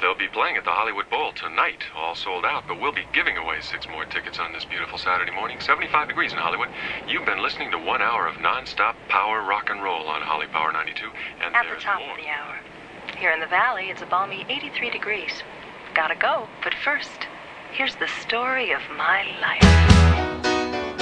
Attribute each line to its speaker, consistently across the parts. Speaker 1: They'll be playing at the Hollywood Bowl tonight, all sold out, but we'll be giving away six more tickets on this beautiful Saturday morning. 75 degrees in Hollywood. You've been listening to one hour of nonstop power rock and roll on Holly Power 92, and
Speaker 2: At the
Speaker 1: there's
Speaker 2: top
Speaker 1: more.
Speaker 2: of the hour. Here in the valley, it's a balmy 83 degrees. Gotta go, but first, here's the story of my life.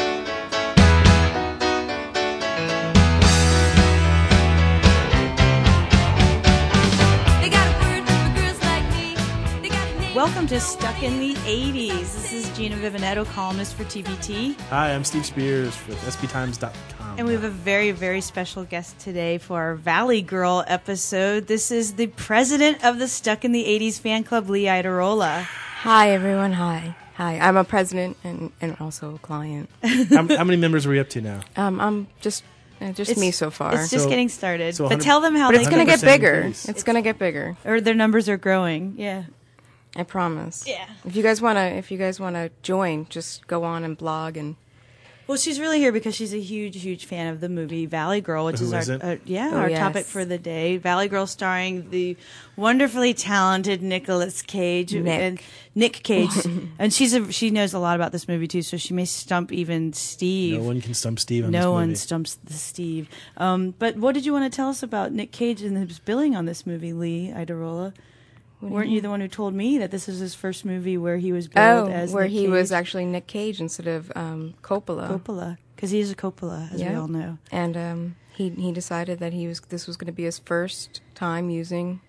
Speaker 3: They got a word for girls like me. They got a name.
Speaker 4: Welcome to Stuck in the 80s. This is Gina Vivanetto, columnist for TBT,
Speaker 5: Hi, I'm Steve Spears with SBTimes.com.
Speaker 4: and we have a very, very special guest today for our Valley Girl episode. This is the president of the Stuck in the 80s fan club, Lee Iderola.
Speaker 6: Hi, everyone. Hi. Hi. I'm a president and, and also a client.
Speaker 5: how, how many members are we up to now?
Speaker 6: Um, I'm just uh, just me so far.
Speaker 4: It's just
Speaker 5: So-
Speaker 4: getting started.
Speaker 5: so
Speaker 4: but
Speaker 5: 100
Speaker 4: tell them how
Speaker 6: but it's
Speaker 4: they
Speaker 6: going to
Speaker 4: can-
Speaker 6: get
Speaker 5: 100%
Speaker 6: bigger.
Speaker 5: increase.
Speaker 6: It's going to get bigger.
Speaker 4: or their numbers are growing. Yeah.
Speaker 6: I promise.
Speaker 4: Yeah.
Speaker 6: If you guys want to if you guys want to join, just go on and blog and
Speaker 4: Well, she's really here because she's a huge, huge fan of the movie Valley Girl, which
Speaker 5: Who
Speaker 4: is our
Speaker 5: isn't?
Speaker 4: uh, yeah
Speaker 6: Oh,
Speaker 4: our
Speaker 6: yes.
Speaker 4: topic for the day. Valley Girl, starring the wonderfully talented Nicolas Cage
Speaker 6: Nick.
Speaker 4: and Nick Cage, and she's a, she knows a lot about this movie too, so she may stump even Steve.
Speaker 5: No one can stump Steve on
Speaker 4: No
Speaker 5: this movie.
Speaker 4: one stumps the Steve. Um, but what did you want to tell us about Nick Cage and his billing on this movie, Lee Iderola? Weren't you the one who told me that this was his first movie where he was billed
Speaker 6: Oh,
Speaker 4: as
Speaker 6: where
Speaker 4: Nick
Speaker 6: he was
Speaker 4: Cage?
Speaker 6: actually Nick Cage instead of um, Coppola.
Speaker 4: Coppola? Because he is a Coppola, as we
Speaker 6: Yeah.
Speaker 4: all know.
Speaker 6: And um, he he decided that he was this was going to be his first time using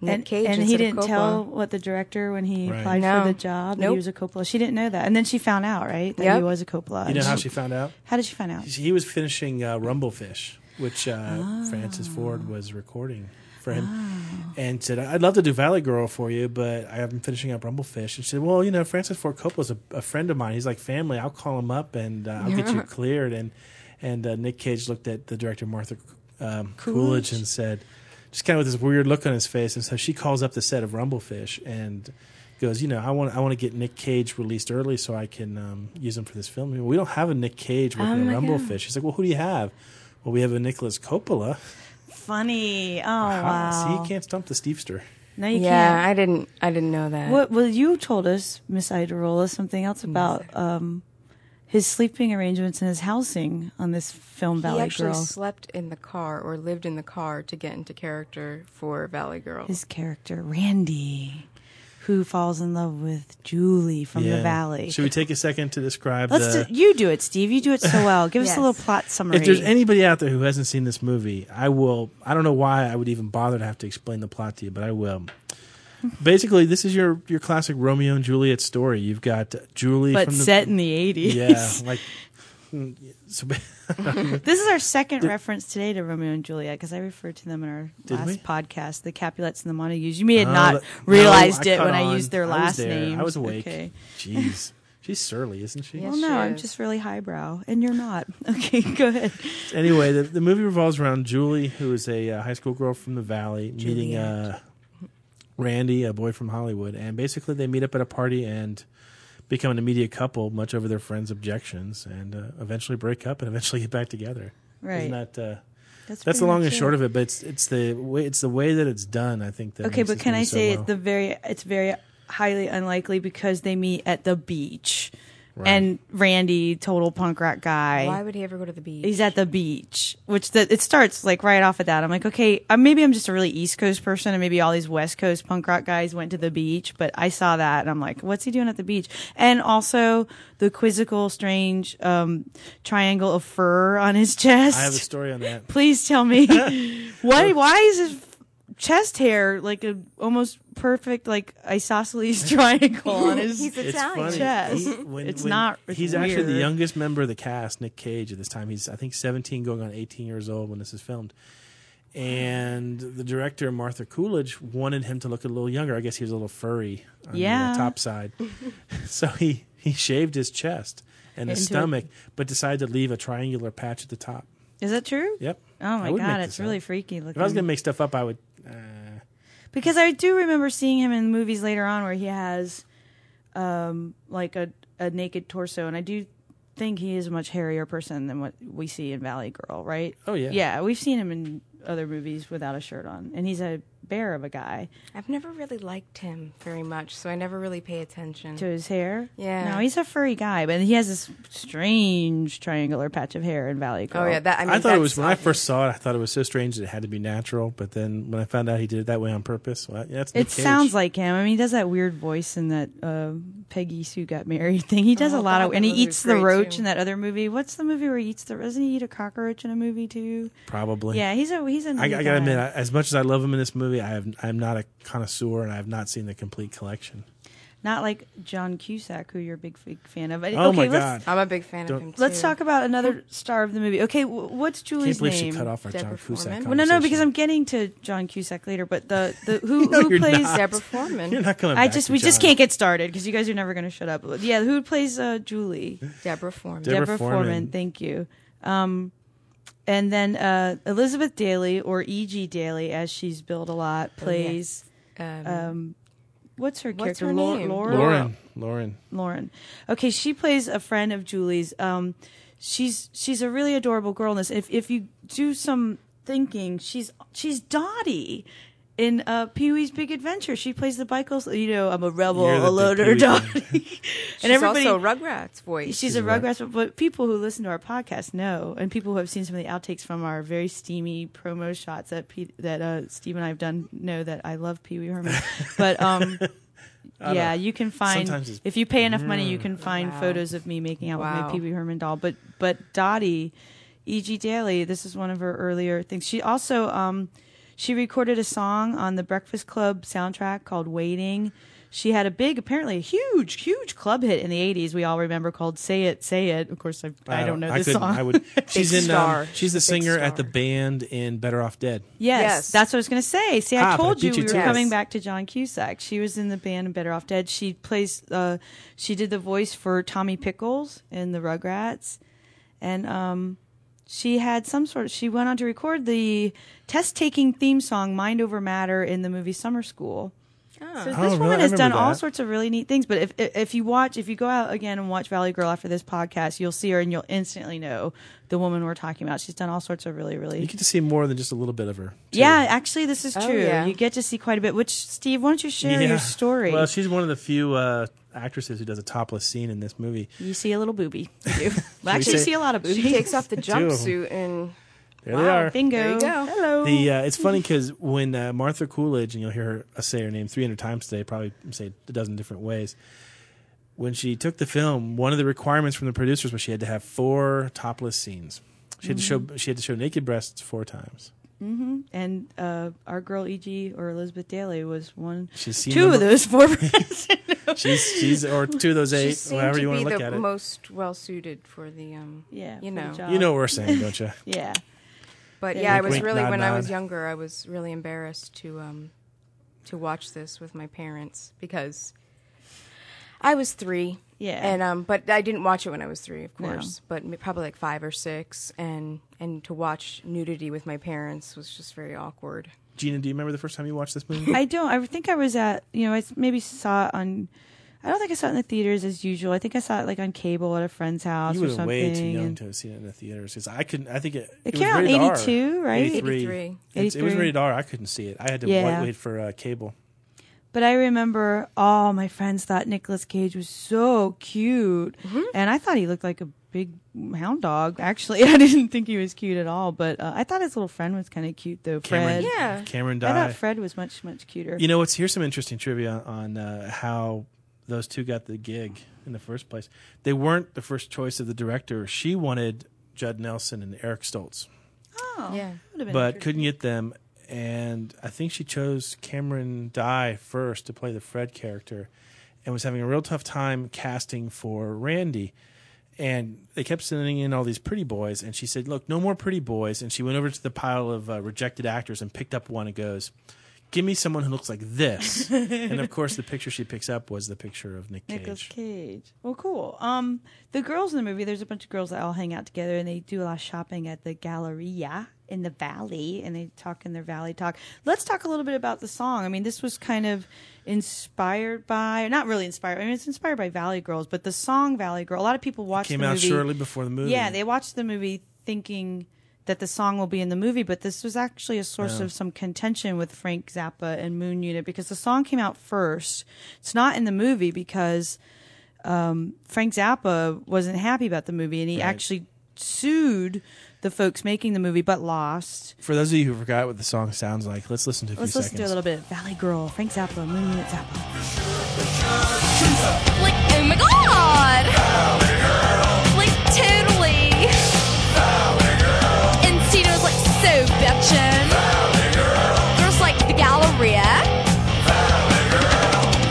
Speaker 6: Nick
Speaker 4: and,
Speaker 6: Cage
Speaker 4: and
Speaker 6: instead
Speaker 4: he
Speaker 6: of
Speaker 4: didn't
Speaker 6: Coppola.
Speaker 4: tell what the director when he
Speaker 5: Right.
Speaker 4: applied
Speaker 6: No.
Speaker 4: for the job that he
Speaker 6: Nope.
Speaker 4: was a Coppola. She didn't know that, and then she found out, right? That he
Speaker 6: Yep.
Speaker 4: was a Coppola.
Speaker 5: You know
Speaker 4: And
Speaker 5: how
Speaker 4: she-
Speaker 5: she found out?
Speaker 4: How did she find out?
Speaker 5: He was finishing uh, Rumblefish, which uh,
Speaker 4: Ah.
Speaker 5: Francis Ford was recording for him, and said, "I'd love to do Valley Girl for you, but I'm finishing up Rumblefish." And she said, "Well, you know, Francis Ford Coppola's a, a friend of mine. He's like family. I'll call him up and uh, I'll get you cleared." And and uh, Nick Cage looked at the director Martha um, Coolidge and said, just kind of with this weird look on his face, and so she calls up the set of Rumblefish and goes, you know, I want I want to get Nick Cage released early so I can um, use him for this film. We don't have a Nick Cage
Speaker 4: Oh
Speaker 5: working on Rumblefish. She's like, well, who do you have? Well, we have a Nicholas Coppola.
Speaker 4: Funny. Oh
Speaker 5: Wow.
Speaker 4: wow.
Speaker 5: See, you can't stump the Steepster.
Speaker 4: No, you
Speaker 6: Yeah,
Speaker 4: can't.
Speaker 6: I didn't I didn't know that.
Speaker 4: What? Well, you told us, Miss Iderola, something else about um, his sleeping arrangements and his housing on this film, Valley
Speaker 6: he actually
Speaker 4: Girl.
Speaker 6: slept in the car or lived in the car to get into character for Valley Girl.
Speaker 4: his character, Randy, who falls in love with Julie from the
Speaker 5: Yeah.
Speaker 4: Valley.
Speaker 5: Should we take a second to describe
Speaker 4: Let's
Speaker 5: the?
Speaker 4: do, you do it, Steve. You do it so well. Give us
Speaker 6: Yes.
Speaker 4: a little plot summary.
Speaker 5: if there's anybody out there who hasn't seen this movie, I will. I don't know why I would even bother to have to explain the plot to you, but I will. Basically, this is your your classic Romeo and Juliet story. You've got Julie,
Speaker 4: but
Speaker 5: from the,
Speaker 4: set in the 80s.
Speaker 5: yeah, like mm, so,
Speaker 4: This is our second reference today to Romeo and Juliet because I referred to them in our
Speaker 5: Did
Speaker 4: last
Speaker 5: we? Oh,
Speaker 4: podcast, the Capulets and the Montagues. You may have
Speaker 5: No,
Speaker 4: not
Speaker 5: that-
Speaker 4: realized
Speaker 5: no,
Speaker 4: it when
Speaker 5: caught
Speaker 4: I
Speaker 5: on.
Speaker 4: used their
Speaker 5: was
Speaker 4: last
Speaker 5: there.
Speaker 4: name.
Speaker 5: I was awake.
Speaker 4: Okay.
Speaker 5: Jeez, she's surly, isn't she?
Speaker 6: Yeah.
Speaker 4: Well, no,
Speaker 6: she
Speaker 4: I'm
Speaker 6: is.
Speaker 4: just really highbrow, and you're not. Okay, go ahead.
Speaker 5: Anyway, the, the movie revolves around Julie, who is a uh, high school girl from the Valley, meeting uh, Randy, a boy from Hollywood, and basically they meet up at a party and become an immediate couple, much over their friends' objections, and uh, eventually break up and eventually get back together.
Speaker 4: Right.
Speaker 5: Isn't that? Uh,
Speaker 4: pretty
Speaker 5: that's the long
Speaker 4: much
Speaker 5: and
Speaker 4: it.
Speaker 5: short of it, but it's it's the way it's the way that it's done. I think that
Speaker 4: Okay,
Speaker 5: makes
Speaker 4: but
Speaker 5: this
Speaker 4: can
Speaker 5: movie
Speaker 4: I
Speaker 5: so
Speaker 4: say
Speaker 5: well.
Speaker 4: it's the very it's very highly unlikely because they meet at the beach, and Randy, total punk rock guy,
Speaker 6: Why would he ever go to the beach?
Speaker 4: he's at the beach which the, it starts like right off of that i'm like okay uh, maybe i'm just a really east coast person and maybe all these west coast punk rock guys went to the beach but i saw that and i'm like what's he doing at the beach and also the quizzical strange um, triangle of fur on his chest
Speaker 5: I have a story on that.
Speaker 4: please tell me why why is his chest hair like a almost perfect like isosceles triangle on his
Speaker 6: He's
Speaker 5: It's
Speaker 6: Italian.
Speaker 5: funny.
Speaker 4: Yes.
Speaker 5: He- when-
Speaker 4: It's
Speaker 5: when-
Speaker 4: not- it's
Speaker 5: he's actually the
Speaker 4: weird.
Speaker 5: youngest member of the cast, Nick Cage, at this time. He's I think 17, going on 18 years old when this is filmed. And the director Martha Coolidge wanted him to look a little younger. I guess he was a little furry on
Speaker 4: Yeah.
Speaker 5: the uh, top side, so he he shaved his chest and his
Speaker 4: Into a-
Speaker 5: stomach, but decided to leave a triangular patch at the top.
Speaker 4: is that true
Speaker 5: Yep.
Speaker 4: oh
Speaker 5: I
Speaker 4: my
Speaker 5: would make
Speaker 4: god
Speaker 5: this
Speaker 4: it's
Speaker 5: up.
Speaker 4: really freaky looking
Speaker 5: If I was gonna make stuff up, I would. Uh,
Speaker 4: because I do remember seeing him in movies later on where he has um like a a naked torso and I do think he is a much hairier person than what we see in Valley Girl, right?
Speaker 5: Oh, yeah.
Speaker 4: Yeah, we've seen him in other movies without a shirt on and he's a bear of a guy
Speaker 6: I've never really liked him very much, so I never really pay attention.
Speaker 4: to his hair.
Speaker 6: Yeah.
Speaker 4: No, he's a furry guy, but he has this strange triangular patch of hair in Valley Girl.
Speaker 6: oh yeah, that I mean
Speaker 5: I thought it was
Speaker 6: that's-
Speaker 5: when I first saw it. I thought it was so strange that it had to be natural. But then when I found out he did it that way on purpose, well, yeah, it's Nick
Speaker 4: It
Speaker 5: Cage.
Speaker 4: sounds like him. I mean, he does that weird voice in that uh, Peggy Sue Got Married thing. He does
Speaker 6: Oh,
Speaker 4: a lot
Speaker 6: God,
Speaker 4: of,
Speaker 6: that
Speaker 4: and he
Speaker 6: movie was
Speaker 4: eats the
Speaker 6: great,
Speaker 4: roach
Speaker 6: too.
Speaker 4: in that other movie. What's the movie where he eats the? Doesn't he eat a cockroach in a movie too?
Speaker 5: probably.
Speaker 4: Yeah, he's a he's a.
Speaker 5: I, I gotta admit, I, as much as I love him in this movie, I have I'm not a connoisseur and I have not seen the complete collection.
Speaker 4: not like John Cusack, who you're a big, big fan of. But,
Speaker 5: Oh
Speaker 4: okay,
Speaker 5: my
Speaker 4: let's,
Speaker 5: god!
Speaker 6: I'm a big fan
Speaker 5: Don't-
Speaker 6: of him. Too.
Speaker 4: Let's talk about another star of the movie. Okay, w- what's
Speaker 5: can't
Speaker 4: Julie's
Speaker 5: believe
Speaker 4: name?
Speaker 5: she cut off our
Speaker 6: Deborah
Speaker 5: John Cusack.
Speaker 6: Foreman?
Speaker 4: Well, no, no, because I'm getting to John Cusack later. But the the who
Speaker 5: No,
Speaker 4: who
Speaker 5: you're
Speaker 4: plays
Speaker 5: not.
Speaker 6: Deborah Foreman.
Speaker 5: You're not coming.
Speaker 4: I
Speaker 5: back
Speaker 4: just
Speaker 5: to
Speaker 4: we just
Speaker 5: John.
Speaker 4: can't get started because you guys are never going to shut up. Yeah, who plays uh, Julie?
Speaker 6: Deborah Foreman.
Speaker 5: Deborah Foreman.
Speaker 4: Thank you. Um, and then uh, Elizabeth Daly or E.G. Daly, as she's billed a
Speaker 6: Oh,
Speaker 4: lot, plays
Speaker 6: Um,
Speaker 4: what's her
Speaker 6: What's
Speaker 4: character?
Speaker 6: her
Speaker 4: Lau-
Speaker 6: name?
Speaker 4: Laura?
Speaker 5: Lauren. Lauren.
Speaker 4: Lauren. Okay, she plays a friend of Julie's. Um, she's she's a really adorable girl in this. If if you do some thinking, she's she's Dottie in uh, Pee Wee's Big Adventure. She plays the bicycle. You know, I'm a rebel,
Speaker 5: You're
Speaker 4: a
Speaker 5: the big
Speaker 4: loader,
Speaker 5: Pee Wee
Speaker 4: Dottie. and
Speaker 6: she's also Rugrats voice.
Speaker 4: She's, a Rugrats, but- but people who listen to our podcast know, and people who have seen some of the outtakes from our very steamy promo shots that Pete, that uh, Steve and I have done know that I love Pee Wee Herman. but um, yeah, you can find
Speaker 5: Sometimes it's-
Speaker 4: if you pay enough money,
Speaker 5: Mm.
Speaker 4: you can find
Speaker 6: Wow.
Speaker 4: photos of me making out with my
Speaker 6: Wow.
Speaker 4: Pee Wee Herman doll. But but Dottie, E.G. Daly, this is one of her earlier things. She also um, she recorded a song on the Breakfast Club soundtrack called "Waiting." She had a big, apparently a huge, huge club hit in the '80s. We all remember called "Say It, Say It." Of course, I, I, don't know
Speaker 5: Uh, I
Speaker 4: this
Speaker 5: couldn't-
Speaker 4: song.
Speaker 5: I would. She's in. Um,
Speaker 6: star.
Speaker 5: she's the
Speaker 6: Big
Speaker 5: singer at the
Speaker 6: star.
Speaker 5: band in Better Off Dead.
Speaker 4: Yes,
Speaker 6: Yes.
Speaker 4: that's what I was going to say. See, I
Speaker 5: Ah, but I
Speaker 4: told you we
Speaker 5: beat you
Speaker 4: were
Speaker 5: to it.
Speaker 4: coming back to John Cusack. She was in the band Better Off Dead. She plays, uh, she did the voice for Tommy Pickles in the Rugrats, and um, she had some sort of. She went on to record the test-taking theme song "Mind Over Matter" in the movie Summer School. So this
Speaker 5: Oh, really?
Speaker 4: woman
Speaker 5: I
Speaker 4: has
Speaker 5: remember
Speaker 4: done all
Speaker 5: that.
Speaker 4: sorts of really neat things. But if if- if you watch, if you go out again and watch Valley Girl after this podcast, you'll see her and you'll instantly know the woman we're talking about. She's done all sorts of really really
Speaker 5: You get to see more than just a little bit of her. too.
Speaker 4: yeah, actually, this is true.
Speaker 6: Oh, yeah.
Speaker 4: You get to see quite a bit. Which, Steve, why don't you share
Speaker 5: Yeah.
Speaker 4: your story?
Speaker 5: Well, she's one of the few uh, actresses who does a topless scene in this movie.
Speaker 4: you see a little booby. You do. well, actually, you
Speaker 5: say-
Speaker 4: see a lot of booby.
Speaker 6: she takes off the
Speaker 5: two of 'em.
Speaker 6: jumpsuit and
Speaker 5: There they are.
Speaker 4: Bingo.
Speaker 6: There you go.
Speaker 4: Hello.
Speaker 5: The uh, it's funny because when uh, Martha Coolidge and you'll hear her uh, say her name 300 times today, probably say a dozen different ways. When she took the film, one of the requirements from the producers was she had to have four topless scenes. She had
Speaker 6: Mm-hmm.
Speaker 5: to show she had to show naked breasts four times.
Speaker 4: and uh, our girl E.G. or Elizabeth Daly was one,
Speaker 5: She's seen
Speaker 4: two of
Speaker 5: number-
Speaker 4: those four. friends.
Speaker 5: She's she's or two of those
Speaker 6: she
Speaker 5: eight,
Speaker 6: seemed
Speaker 5: however
Speaker 6: to
Speaker 5: you want
Speaker 6: be
Speaker 5: to look
Speaker 6: the
Speaker 5: at it.
Speaker 6: most well suited for the um.
Speaker 4: yeah, for the
Speaker 6: you know.
Speaker 4: job.
Speaker 5: You know what we're saying, don't you?
Speaker 4: Yeah.
Speaker 6: But
Speaker 4: Yeah.
Speaker 6: yeah, I
Speaker 5: Wink,
Speaker 6: was
Speaker 5: wink,
Speaker 6: really
Speaker 5: nod,
Speaker 6: when I was
Speaker 5: nod.
Speaker 6: younger, I was really embarrassed to um, to watch this with my parents because I was three.
Speaker 4: Yeah.
Speaker 6: and um, but I didn't watch it when I was three, of course, but m- probably like five or six, and and to watch nudity with my parents was just very awkward.
Speaker 5: Gina, do you remember the first time you watched this movie?
Speaker 4: I don't. I think I was at, you know, I s- maybe saw it on. I don't think I saw it in the theaters as usual. I think I saw it like on cable at a friend's house
Speaker 5: You
Speaker 4: or
Speaker 5: would
Speaker 4: something.
Speaker 5: have way too young
Speaker 4: and-
Speaker 5: to have seen it in the theaters because I couldn't. I think it.
Speaker 4: It
Speaker 5: was
Speaker 4: came out in
Speaker 5: rated R.
Speaker 4: 82, right?
Speaker 5: 83.
Speaker 6: 83.
Speaker 5: It's- It was
Speaker 4: 83.
Speaker 5: rated R. I couldn't see it. I had to
Speaker 4: Yeah.
Speaker 5: wait, wait for uh, cable.
Speaker 4: But I remember all my friends thought Nicolas Cage was so cute. And I thought he looked like a big hound dog. Actually, I didn't think he was cute at all. But uh, I thought his little friend was kind of cute, though. Fred.
Speaker 5: Cameron,
Speaker 6: Yeah.
Speaker 5: Cameron
Speaker 4: I
Speaker 5: Dye.
Speaker 4: thought Fred was much, much cuter.
Speaker 5: You know what's here's some interesting trivia on uh, how those two got the gig in the first place. They weren't the first choice of the director. She wanted Judd Nelson and Eric Stoltz,
Speaker 4: oh,
Speaker 6: Yeah.
Speaker 4: would've been
Speaker 5: but
Speaker 4: interesting.
Speaker 5: couldn't get them. And I think she chose Cameron Dye first to play the Fred character, and was having a real tough time casting for Randy. And they kept sending in all these pretty boys, and she said, "Look, no more pretty boys." And she went over to the pile of uh, rejected actors and picked up one and goes, "Give me someone who looks like this." and of course, the picture she picks up was the picture of Nick Cage.
Speaker 4: Nicolas Cage. Well, cool. Um, the girls in the movie, there's a bunch of girls that all hang out together and they do a lot of shopping at the Galleria in the Valley and they talk in their Valley talk. Let's talk a little bit about the song. I mean, this was kind of inspired by, not really inspired, I mean, it's inspired by Valley Girls, but the song Valley Girl, a lot of people watched
Speaker 5: Came
Speaker 4: the
Speaker 5: out
Speaker 4: movie.
Speaker 5: shortly before the movie.
Speaker 4: Yeah, they watched the movie thinking that the song will be in the movie, but this was actually a source of some contention with Frank Zappa and Moon Unit because the song came out first. It's not in the movie because um, Frank Zappa wasn't happy about the movie and he actually sued the folks making the movie but lost.
Speaker 5: For those of you who forgot what the song sounds like, let's listen to a
Speaker 4: Let's
Speaker 5: few
Speaker 4: listen
Speaker 5: seconds.
Speaker 4: to a little bit. Valley Girl, Frank Zappa, Moon Unit Zappa.
Speaker 3: Like, oh my god! Like, totally! And Tito's like, so bitchin'. There's like the Galleria.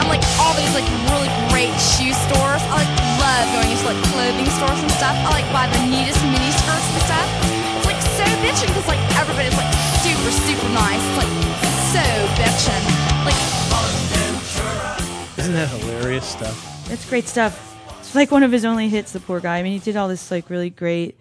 Speaker 3: I'm like, all these like really great shoe stores. I like love going into like clothing stores and stuff. I like buy the neatest mini skirts and stuff. It's like so bitchin' because like everybody's like super, super nice. Like, so bitchin'. Like,
Speaker 5: Isn't that hilarious stuff?
Speaker 4: That's great stuff. It's like one of his only hits, the poor guy. I mean, he did all this like really great,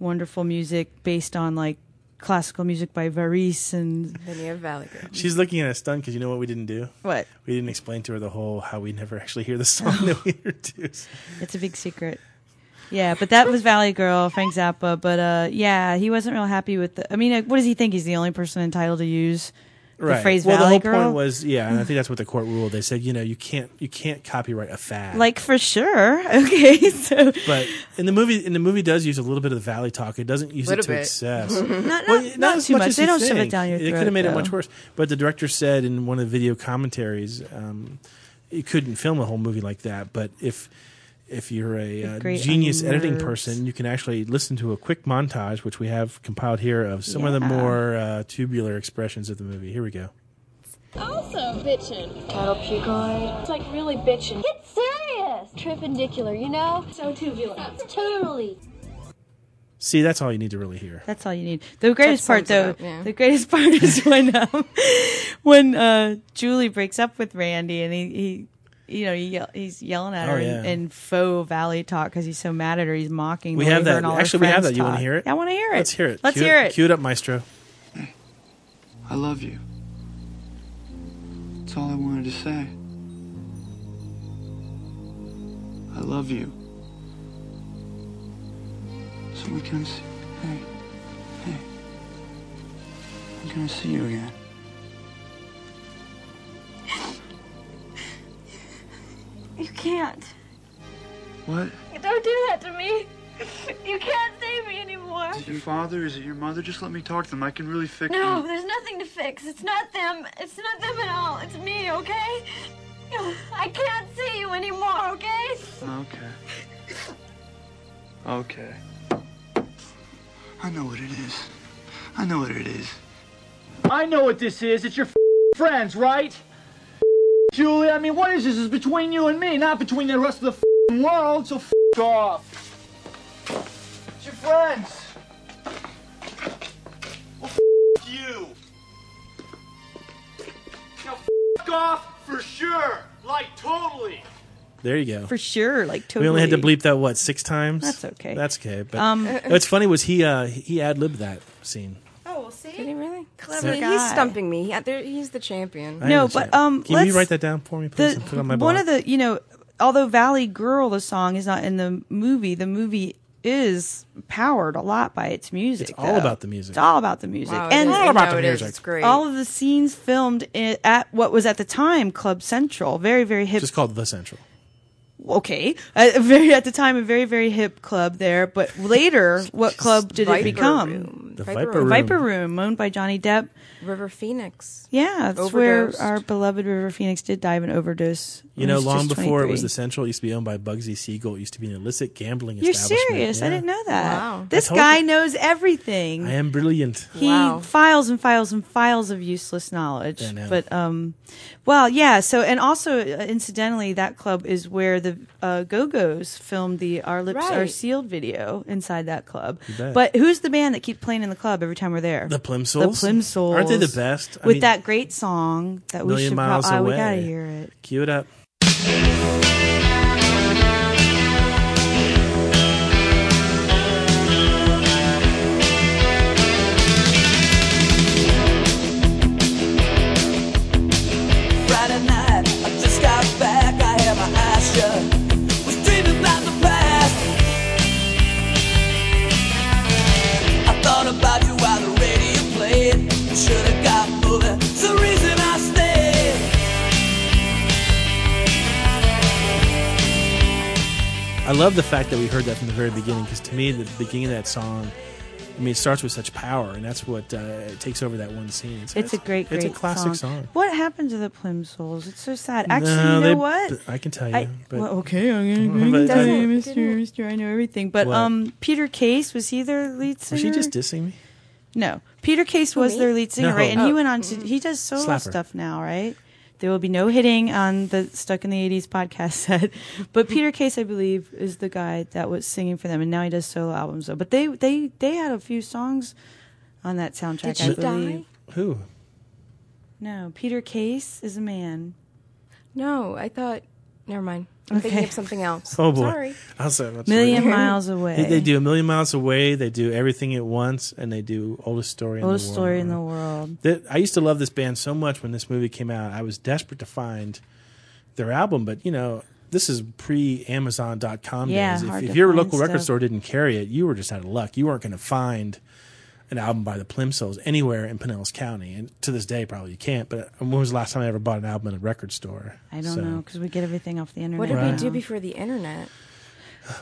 Speaker 4: wonderful music based on like classical music by Varese and
Speaker 6: Then you have Valley Girl.
Speaker 5: She's looking at us stunned because you know what we didn't do?
Speaker 4: what?
Speaker 5: We didn't explain to her the whole how we never actually hear the song that we introduce.
Speaker 4: It's a big secret. Yeah, but that was Valley Girl, Frank Zappa. But uh, yeah, he wasn't real happy with the. I mean, like, what does he think? He's the only person entitled to use
Speaker 5: Right.
Speaker 4: the phrase
Speaker 5: well,
Speaker 4: Valley
Speaker 5: the whole
Speaker 4: Girl.
Speaker 5: point was, yeah, and I think that's what the court ruled. They said, you know, you can't you can't copyright a fad.
Speaker 4: like for sure. Okay, so
Speaker 5: but in the movie, in the movie does use a little bit of the valley talk. It doesn't use it
Speaker 6: Little
Speaker 5: to
Speaker 6: bit.
Speaker 5: excess.
Speaker 4: not,
Speaker 5: Well,
Speaker 4: not, not
Speaker 5: as
Speaker 4: too much.
Speaker 5: as
Speaker 4: They
Speaker 5: you
Speaker 4: don't shove it
Speaker 5: think.
Speaker 4: down your
Speaker 5: It
Speaker 4: throat.
Speaker 5: could have made
Speaker 4: though.
Speaker 5: it much worse. But the director said in one of the video commentaries, um, you couldn't film a whole movie like that. But if if you're a uh,
Speaker 4: great
Speaker 5: genius editing
Speaker 4: nerves.
Speaker 5: person, you can actually listen to a quick montage, which we have compiled here, of some of the
Speaker 4: Yeah.
Speaker 5: more uh, tubular expressions of the movie. Here we go.
Speaker 7: Also bitchin'. Terpsichore. It's like really bitchin'.
Speaker 8: Get serious! Tripendicular, you know?
Speaker 7: So tubular.
Speaker 8: Totally.
Speaker 5: See, that's all you need to really hear.
Speaker 4: That's all you need. The greatest part,
Speaker 6: sums it
Speaker 4: though,
Speaker 6: up, yeah.
Speaker 4: the greatest part is when um, when uh, Julie breaks up with Randy, and he, he you know, he yell, he's yelling at
Speaker 5: Oh,
Speaker 4: her
Speaker 5: yeah.
Speaker 4: in, in faux Valley talk because he's so mad at her. He's mocking.
Speaker 5: We
Speaker 4: the
Speaker 5: have
Speaker 4: way her
Speaker 5: that.
Speaker 4: and all her
Speaker 5: Actually, we have
Speaker 4: friends
Speaker 5: that. You want
Speaker 4: talk.
Speaker 5: to hear it?
Speaker 4: I want to hear it.
Speaker 5: Let's hear it.
Speaker 4: Let's
Speaker 5: Cue
Speaker 4: hear it.
Speaker 5: Cue it up, Maestro.
Speaker 9: I love you. That's all I wanted to say. I love you. So we can see. Hey. Hey. I'm gonna see you again.
Speaker 8: You can't.
Speaker 9: What?
Speaker 8: Don't do that to me! You can't save me anymore!
Speaker 9: Is it your father? Is it your mother? Just let me talk to them. I can really fix
Speaker 8: No,
Speaker 9: them.
Speaker 8: there's nothing to fix. It's not them. It's not them at all. It's me, okay? I can't see you anymore, okay?
Speaker 9: Okay. Okay. I know what it is. I know what it is.
Speaker 10: I know what this is. It's your friends, right? Julie, I mean, what is this? It's between you and me, not between the rest of the world, so off. It's your friends. Well, you. Now, off for sure. Like, totally.
Speaker 5: There you go.
Speaker 4: for sure. Like totally.
Speaker 5: We only had to bleep that what six times.
Speaker 4: That's okay. Um,
Speaker 5: That's okay. But what's funny was he uh, he ad libbed that scene.
Speaker 4: Oh, we'll see.
Speaker 6: Did he really?
Speaker 4: Clever
Speaker 6: See,
Speaker 4: guy.
Speaker 6: He's stumping me. Yeah, there- he's the champion.
Speaker 5: I
Speaker 4: No,
Speaker 5: understand.
Speaker 4: but, um,
Speaker 5: can
Speaker 4: let's-
Speaker 5: you write that down for me, please?
Speaker 4: the
Speaker 5: and put it on my
Speaker 4: one
Speaker 5: blog?
Speaker 4: of the you know although valley girl the song is not in the movie the movie is powered a lot by its music
Speaker 5: all
Speaker 4: though.
Speaker 5: about the music.
Speaker 4: it's all about the music
Speaker 6: Wow,
Speaker 4: and
Speaker 6: it is.
Speaker 5: All
Speaker 6: I
Speaker 5: about
Speaker 6: know
Speaker 5: the
Speaker 6: it is.
Speaker 5: music.
Speaker 6: It's great.
Speaker 4: all of the scenes filmed i at what was at the time club central very very hip
Speaker 5: just called the central.
Speaker 4: okay a very at the time a very very hip club there but later what club did it
Speaker 6: Viper
Speaker 4: become
Speaker 6: Room.
Speaker 5: The Viper Room.
Speaker 4: viper room owned by johnny depp
Speaker 6: River Phoenix.
Speaker 4: yeah that's
Speaker 6: Overdosed.
Speaker 4: where our beloved river phoenix did die of an overdose
Speaker 5: You
Speaker 4: when
Speaker 5: know,
Speaker 4: he was
Speaker 5: long
Speaker 4: just
Speaker 5: before it
Speaker 4: 23.
Speaker 5: was the central, it used to be owned by Bugsy Siegel. It used to be an illicit gambling
Speaker 4: You're
Speaker 5: establishment.
Speaker 4: serious. I
Speaker 5: Yeah.
Speaker 4: didn't know that.
Speaker 6: Wow.
Speaker 4: This
Speaker 5: I told
Speaker 4: guy
Speaker 5: you.
Speaker 4: knows everything.
Speaker 5: I am brilliant.
Speaker 4: he
Speaker 6: Wow.
Speaker 4: files and files and files of useless knowledge.
Speaker 5: I know.
Speaker 4: But um well, yeah, so and also uh, incidentally that club is where the uh, Go-Go's filmed the Our Lips Are
Speaker 6: Right.
Speaker 4: Sealed video inside that club.
Speaker 5: bet.
Speaker 4: But who's the band that keeps playing in the club every time we're there?
Speaker 5: The Plimsolls.
Speaker 4: The Plimsolls.
Speaker 5: Aren't they the best? I
Speaker 4: With
Speaker 5: mean,
Speaker 4: that great song that we
Speaker 5: Million
Speaker 4: should
Speaker 5: Miles
Speaker 4: probably we
Speaker 5: Away.
Speaker 4: got to hear it.
Speaker 5: Cue it up.
Speaker 11: Friday night, I just got back, I had my eyes shut. Was dreaming about the past. I thought about
Speaker 5: I love the fact that we heard that from the very beginning because to me, the beginning of that song, I mean, it starts with such power, and that's what uh, takes over that one scene. So
Speaker 4: It's a great, great
Speaker 5: it's a classic song.
Speaker 4: What happened to the Plimsolls? It's so sad. Actually,
Speaker 5: No,
Speaker 4: you know
Speaker 5: they-
Speaker 4: what?
Speaker 5: I can tell you, but-
Speaker 4: well, okay, I'm
Speaker 5: But
Speaker 4: gonna agree with
Speaker 5: I-
Speaker 4: you, Mr. Mr. I know everything. But
Speaker 5: What?
Speaker 4: um, Peter Case was he their lead singer?
Speaker 5: Was she just dissing me?
Speaker 4: No, Peter Case was
Speaker 5: me?
Speaker 4: their lead singer,
Speaker 5: No.
Speaker 4: right? And he
Speaker 5: Oh.
Speaker 4: went on to he does solo
Speaker 5: Slapper.
Speaker 4: stuff now, right? There will be no hitting on the Stuck in the '80s podcast set, but Peter Case, I believe, is the guy that was singing for them, and now he does solo albums. Though, but they they they had a few songs on that soundtrack.
Speaker 6: Did she
Speaker 4: I believe.
Speaker 6: die?
Speaker 5: Who?
Speaker 4: No, Peter Case is a man.
Speaker 6: No, I thought. Never mind. I'm thinking
Speaker 4: Okay.
Speaker 6: of something else.
Speaker 5: Oh boy!
Speaker 6: Sorry.
Speaker 5: I'm sorry. I'm sorry.
Speaker 4: Million Miles Away.
Speaker 5: They, they do a million miles away. They do everything at once, and they do oldest story.
Speaker 4: Oldest
Speaker 5: in the world.
Speaker 4: story in the world.
Speaker 5: That- I used to love this band so much when this movie came out. I was desperate to find their album, but you know, this is pre Amazon.com
Speaker 4: Yeah,
Speaker 5: days.
Speaker 4: hard
Speaker 5: If,
Speaker 4: to
Speaker 5: if your
Speaker 4: find
Speaker 5: local record
Speaker 4: stuff.
Speaker 5: store didn't carry it, you were just out of luck. You weren't going to find an album by the Plimsolls anywhere in Pinellas County, and to this day, probably you can't. But when was the last time I ever bought an album at a record store?
Speaker 4: I don't 'cause
Speaker 5: So,
Speaker 4: know because we get everything off the internet.
Speaker 6: What did
Speaker 5: Right.
Speaker 6: we do before the internet?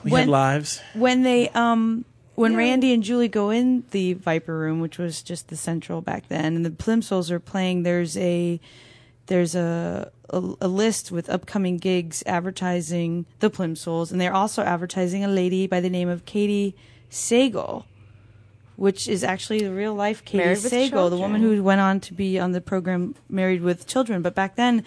Speaker 5: We
Speaker 4: When-
Speaker 5: had lives.
Speaker 4: when they um when Randy and Julie go in the Viper room, which was just the central back then, and the Plimsolls are playing, there's a there's a, a a list with upcoming gigs advertising the Plimsolls, and they're also advertising a lady by the name of Katie Sagal, which is actually the real life Katie
Speaker 6: Married with
Speaker 4: Sagal, the woman
Speaker 6: Children.
Speaker 4: who went on to be on the program Married with Children. But back then,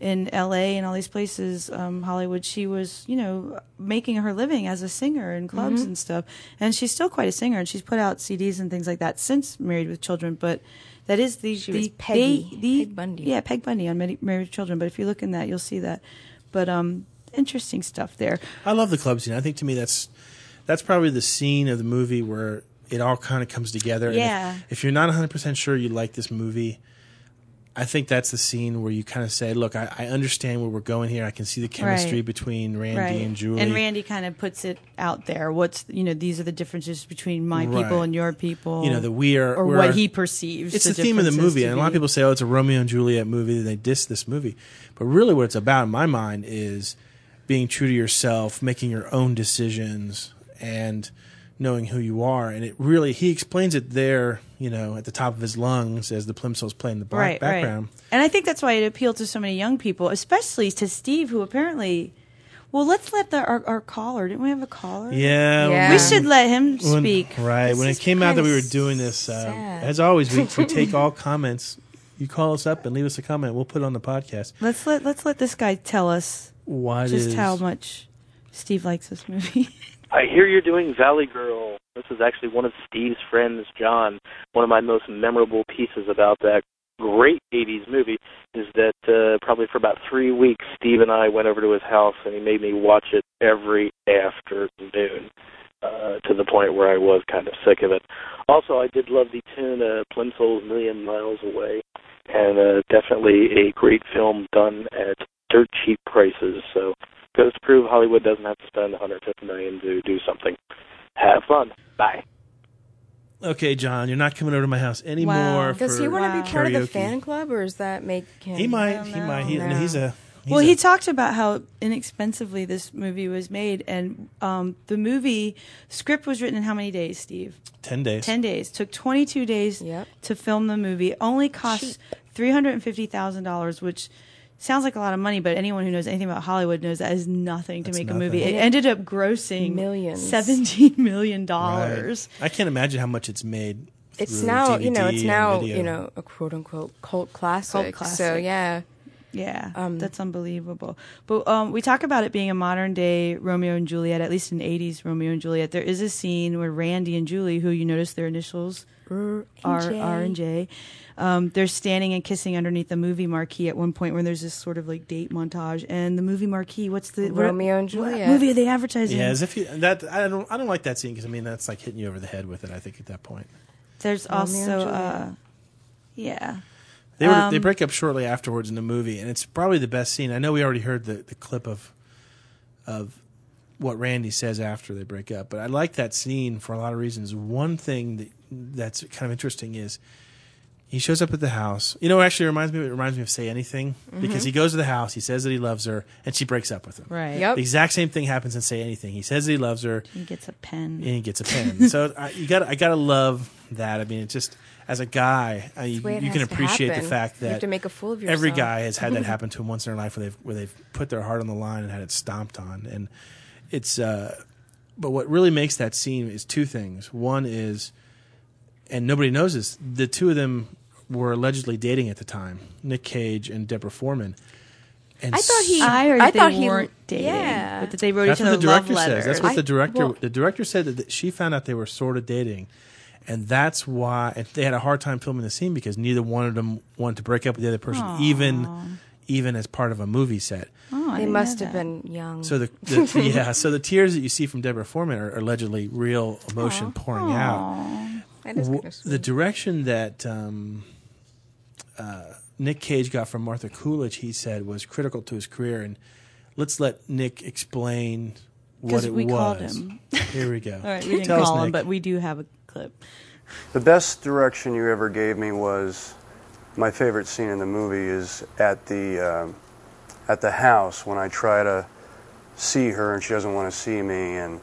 Speaker 4: in L.A. and all these places, um, Hollywood, she was you know making her living as a singer in clubs
Speaker 6: Mhm.
Speaker 4: and stuff. And she's still quite a singer, and she's put out CDs and things like that since Married with Children. But that is the
Speaker 6: She
Speaker 4: the
Speaker 6: was Peggy,
Speaker 4: they- the-
Speaker 6: Peg Bundy.
Speaker 4: Yeah, Peg Bundy on Medi- Married with Children. But if you look in that, you'll see that. But um, interesting stuff there.
Speaker 5: I love the club scene. I think to me that's that's probably the scene of the movie where it all kind of comes together. And if-
Speaker 4: Yeah.
Speaker 5: if, you're not 100% sure you like this movie, I think that's the scene where you kind of say, "Look, I, I understand where we're going here. I can see the chemistry
Speaker 4: Right.
Speaker 5: between Randy
Speaker 4: Right.
Speaker 5: and Julie."
Speaker 4: And Randy kind of puts it out there. What's you know these are the differences between my people
Speaker 5: Right.
Speaker 4: and your people.
Speaker 5: you know that we are
Speaker 4: or
Speaker 5: we're-
Speaker 4: what he perceives.
Speaker 5: It's the, theme of the
Speaker 4: differences
Speaker 5: movie,
Speaker 4: to
Speaker 5: and a lot of
Speaker 4: be.
Speaker 5: people say, "Oh, it's a Romeo and Juliet movie." And they diss this movie, but really, what it's about in my mind is being true to yourself, making your own decisions, and knowing who you are. And it really, he explains it there, you know, at the top of his lungs as the Plimsolls play in the black
Speaker 4: right,
Speaker 5: background.
Speaker 4: right. And I think that's why it appealed to so many young people, especially to Steve, who apparently. Well, let's let the, our, our caller. Didn't we have a caller?
Speaker 5: Yeah,
Speaker 4: Yeah. We should let him speak.
Speaker 5: Right
Speaker 4: This
Speaker 5: when
Speaker 4: is
Speaker 5: it came out that
Speaker 4: kinda
Speaker 5: we were doing this, uh,
Speaker 4: sad.
Speaker 5: as always, we, we take all comments. You call us up and leave us a comment. We'll put it on the podcast.
Speaker 4: Let's let let's let this guy tell us
Speaker 5: Why
Speaker 4: just
Speaker 5: does-
Speaker 4: how much Steve likes this movie.
Speaker 12: I hear you're doing Valley Girl. This is actually one of Steve's friends, John. One of my most memorable pieces about that great 80s movie is that uh, probably for about three weeks, Steve and I went over to his house and he made me watch it every afternoon uh, to the point where I was kind of sick of it. Also, I did love the tune uh, Plimsoll's Million Miles Away and uh, definitely a great film done at dirt cheap prices. So goes to prove Hollywood doesn't have to spend 150 million to do something. Have fun. Bye.
Speaker 5: Okay, John, you're not coming over to my house anymore.
Speaker 6: Wow. Does
Speaker 5: for
Speaker 6: he want to be part of the
Speaker 5: karaoke.
Speaker 6: fan club, or does that make him?
Speaker 5: He might. He might. He,
Speaker 6: No.
Speaker 5: He's a. He's
Speaker 4: well,
Speaker 5: a,
Speaker 4: he talked about how inexpensively this movie was made, and um, the movie script was written in how many days, Steve?
Speaker 5: 10 days.
Speaker 4: 10 days. Took 22 days to film the movie. Only cost $350,000, which sounds like a lot of money, but anyone who knows anything about Hollywood knows that is nothing to make
Speaker 5: nothing.
Speaker 4: a movie. It
Speaker 5: And it-
Speaker 4: ended up grossing
Speaker 6: Millions.
Speaker 4: $17 million.
Speaker 5: Right. I can't imagine how much it's made.
Speaker 6: It's
Speaker 5: through
Speaker 6: now, you
Speaker 5: DVD
Speaker 6: know, it's
Speaker 5: and
Speaker 6: now,
Speaker 5: video.
Speaker 6: you know, a quote unquote cult classic. So
Speaker 4: classic.
Speaker 6: yeah,
Speaker 4: Yeah,
Speaker 6: Um,
Speaker 4: that's unbelievable. But um, we talk about it being a modern day Romeo and Juliet, at least an '80s Romeo and Juliet. There is a scene where Randy and Julie, who you notice their initials
Speaker 6: R
Speaker 4: R
Speaker 6: J.
Speaker 4: R and J, um, they're standing and kissing underneath the movie marquee at one point where there's this sort of like date montage. And the movie marquee, what's the what-
Speaker 6: Romeo and
Speaker 4: what
Speaker 6: Juliet.
Speaker 4: movie are they advertising?
Speaker 5: Yeah, as if you that I don't I don't like that scene because I mean that's like hitting you over the head with it. I think at that point
Speaker 4: There's
Speaker 6: Romeo and
Speaker 4: also,
Speaker 6: Juliet.
Speaker 4: uh, yeah.
Speaker 5: they were, they
Speaker 4: Um,
Speaker 5: break up shortly afterwards in the movie, and it's probably the best scene. I know we already heard the, the clip of of what Randy says after they break up, but I like that scene for a lot of reasons. One thing that that's kind of interesting is He shows up at the house. You know, it actually reminds me. It reminds me of "Say Anything" because
Speaker 4: Mhm.
Speaker 5: he goes to the house. He says that he loves her, and she breaks up with him.
Speaker 4: Right. Yep.
Speaker 5: The exact same thing happens in "Say Anything." He says that he loves her,
Speaker 4: He gets a pen.
Speaker 5: and he gets a pen. so I, you got. to I gotta love that. I mean, it's just as a guy, I, you,
Speaker 6: the way it
Speaker 5: you can
Speaker 6: has to
Speaker 5: appreciate the
Speaker 6: happen.
Speaker 5: fact that
Speaker 6: You have to make a fool of
Speaker 5: Every
Speaker 6: yourself.
Speaker 5: guy has had that happen to him once in their life, where they've where they've put their heart on the line and had it stomped on, and it's. uh But what really makes that scene is two things. One is and nobody knows this. The two of them were allegedly dating at the time, Nick Cage and Deborah Foreman. And
Speaker 6: I thought he- I heard I they thought he- weren't dating, yeah. but that they wrote
Speaker 5: That's
Speaker 6: each
Speaker 5: what
Speaker 6: other
Speaker 5: the director
Speaker 6: love
Speaker 5: says. That's what
Speaker 6: letters.
Speaker 5: the
Speaker 6: I-
Speaker 5: director.
Speaker 6: well-
Speaker 5: the director said that th- she found out they were sort of dating, and that's why and they had a hard time filming the scene because neither one of them wanted to break up with the other person,
Speaker 6: Aw. Oh.
Speaker 5: even even as part of a movie set.
Speaker 4: Oh,
Speaker 6: they must have been young.
Speaker 5: So the, the yeah, so the tears that you see from Deborah Foreman are allegedly real emotion pouring out.
Speaker 6: That is
Speaker 5: W-
Speaker 6: kinda sweet.
Speaker 5: the direction that um, uh, Nick Cage got from Martha Coolidge, he said, was critical to his career. And let's let Nick explain what
Speaker 4: 'Cause
Speaker 5: it
Speaker 4: we
Speaker 5: was.
Speaker 4: called him.
Speaker 5: Here we go.
Speaker 4: All right, we didn't
Speaker 5: Tell us,
Speaker 4: call him,
Speaker 5: Nick.
Speaker 4: but we do have a clip.
Speaker 13: The best direction you ever gave me was my favorite scene in the movie is at the um at the house when I try to see her and she doesn't want to see me and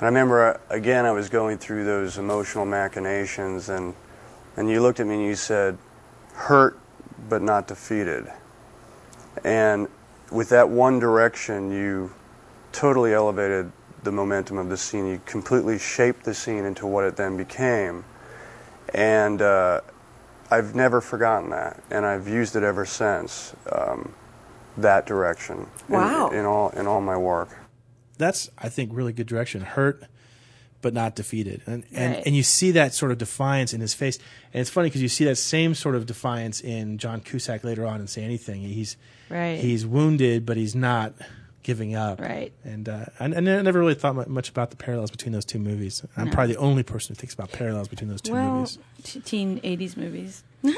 Speaker 13: and I remember uh, again I was going through those emotional machinations and and you looked at me and you said hurt but not defeated and with that one direction you totally elevated the momentum of the scene you completely shaped the scene into what it then became and uh, I've never forgotten that, and I've used it ever since. Um, that direction. in-
Speaker 5: Wow.
Speaker 13: In, all in all my work.
Speaker 5: that's I think really good direction. Hurt, but not defeated, and and,
Speaker 13: Right.
Speaker 5: and you see that sort of defiance in his face. And it's funny because you see that same sort of defiance in John Cusack later on in Say Anything. He's
Speaker 4: Right.
Speaker 5: He's wounded, but he's not giving up.
Speaker 4: Right.
Speaker 5: And uh, I, I ne- never really thought mu- much about the parallels between those two movies. I'm
Speaker 4: No.
Speaker 5: probably the only person who thinks about parallels between those two movies.
Speaker 4: t- teen '80s movies.
Speaker 5: my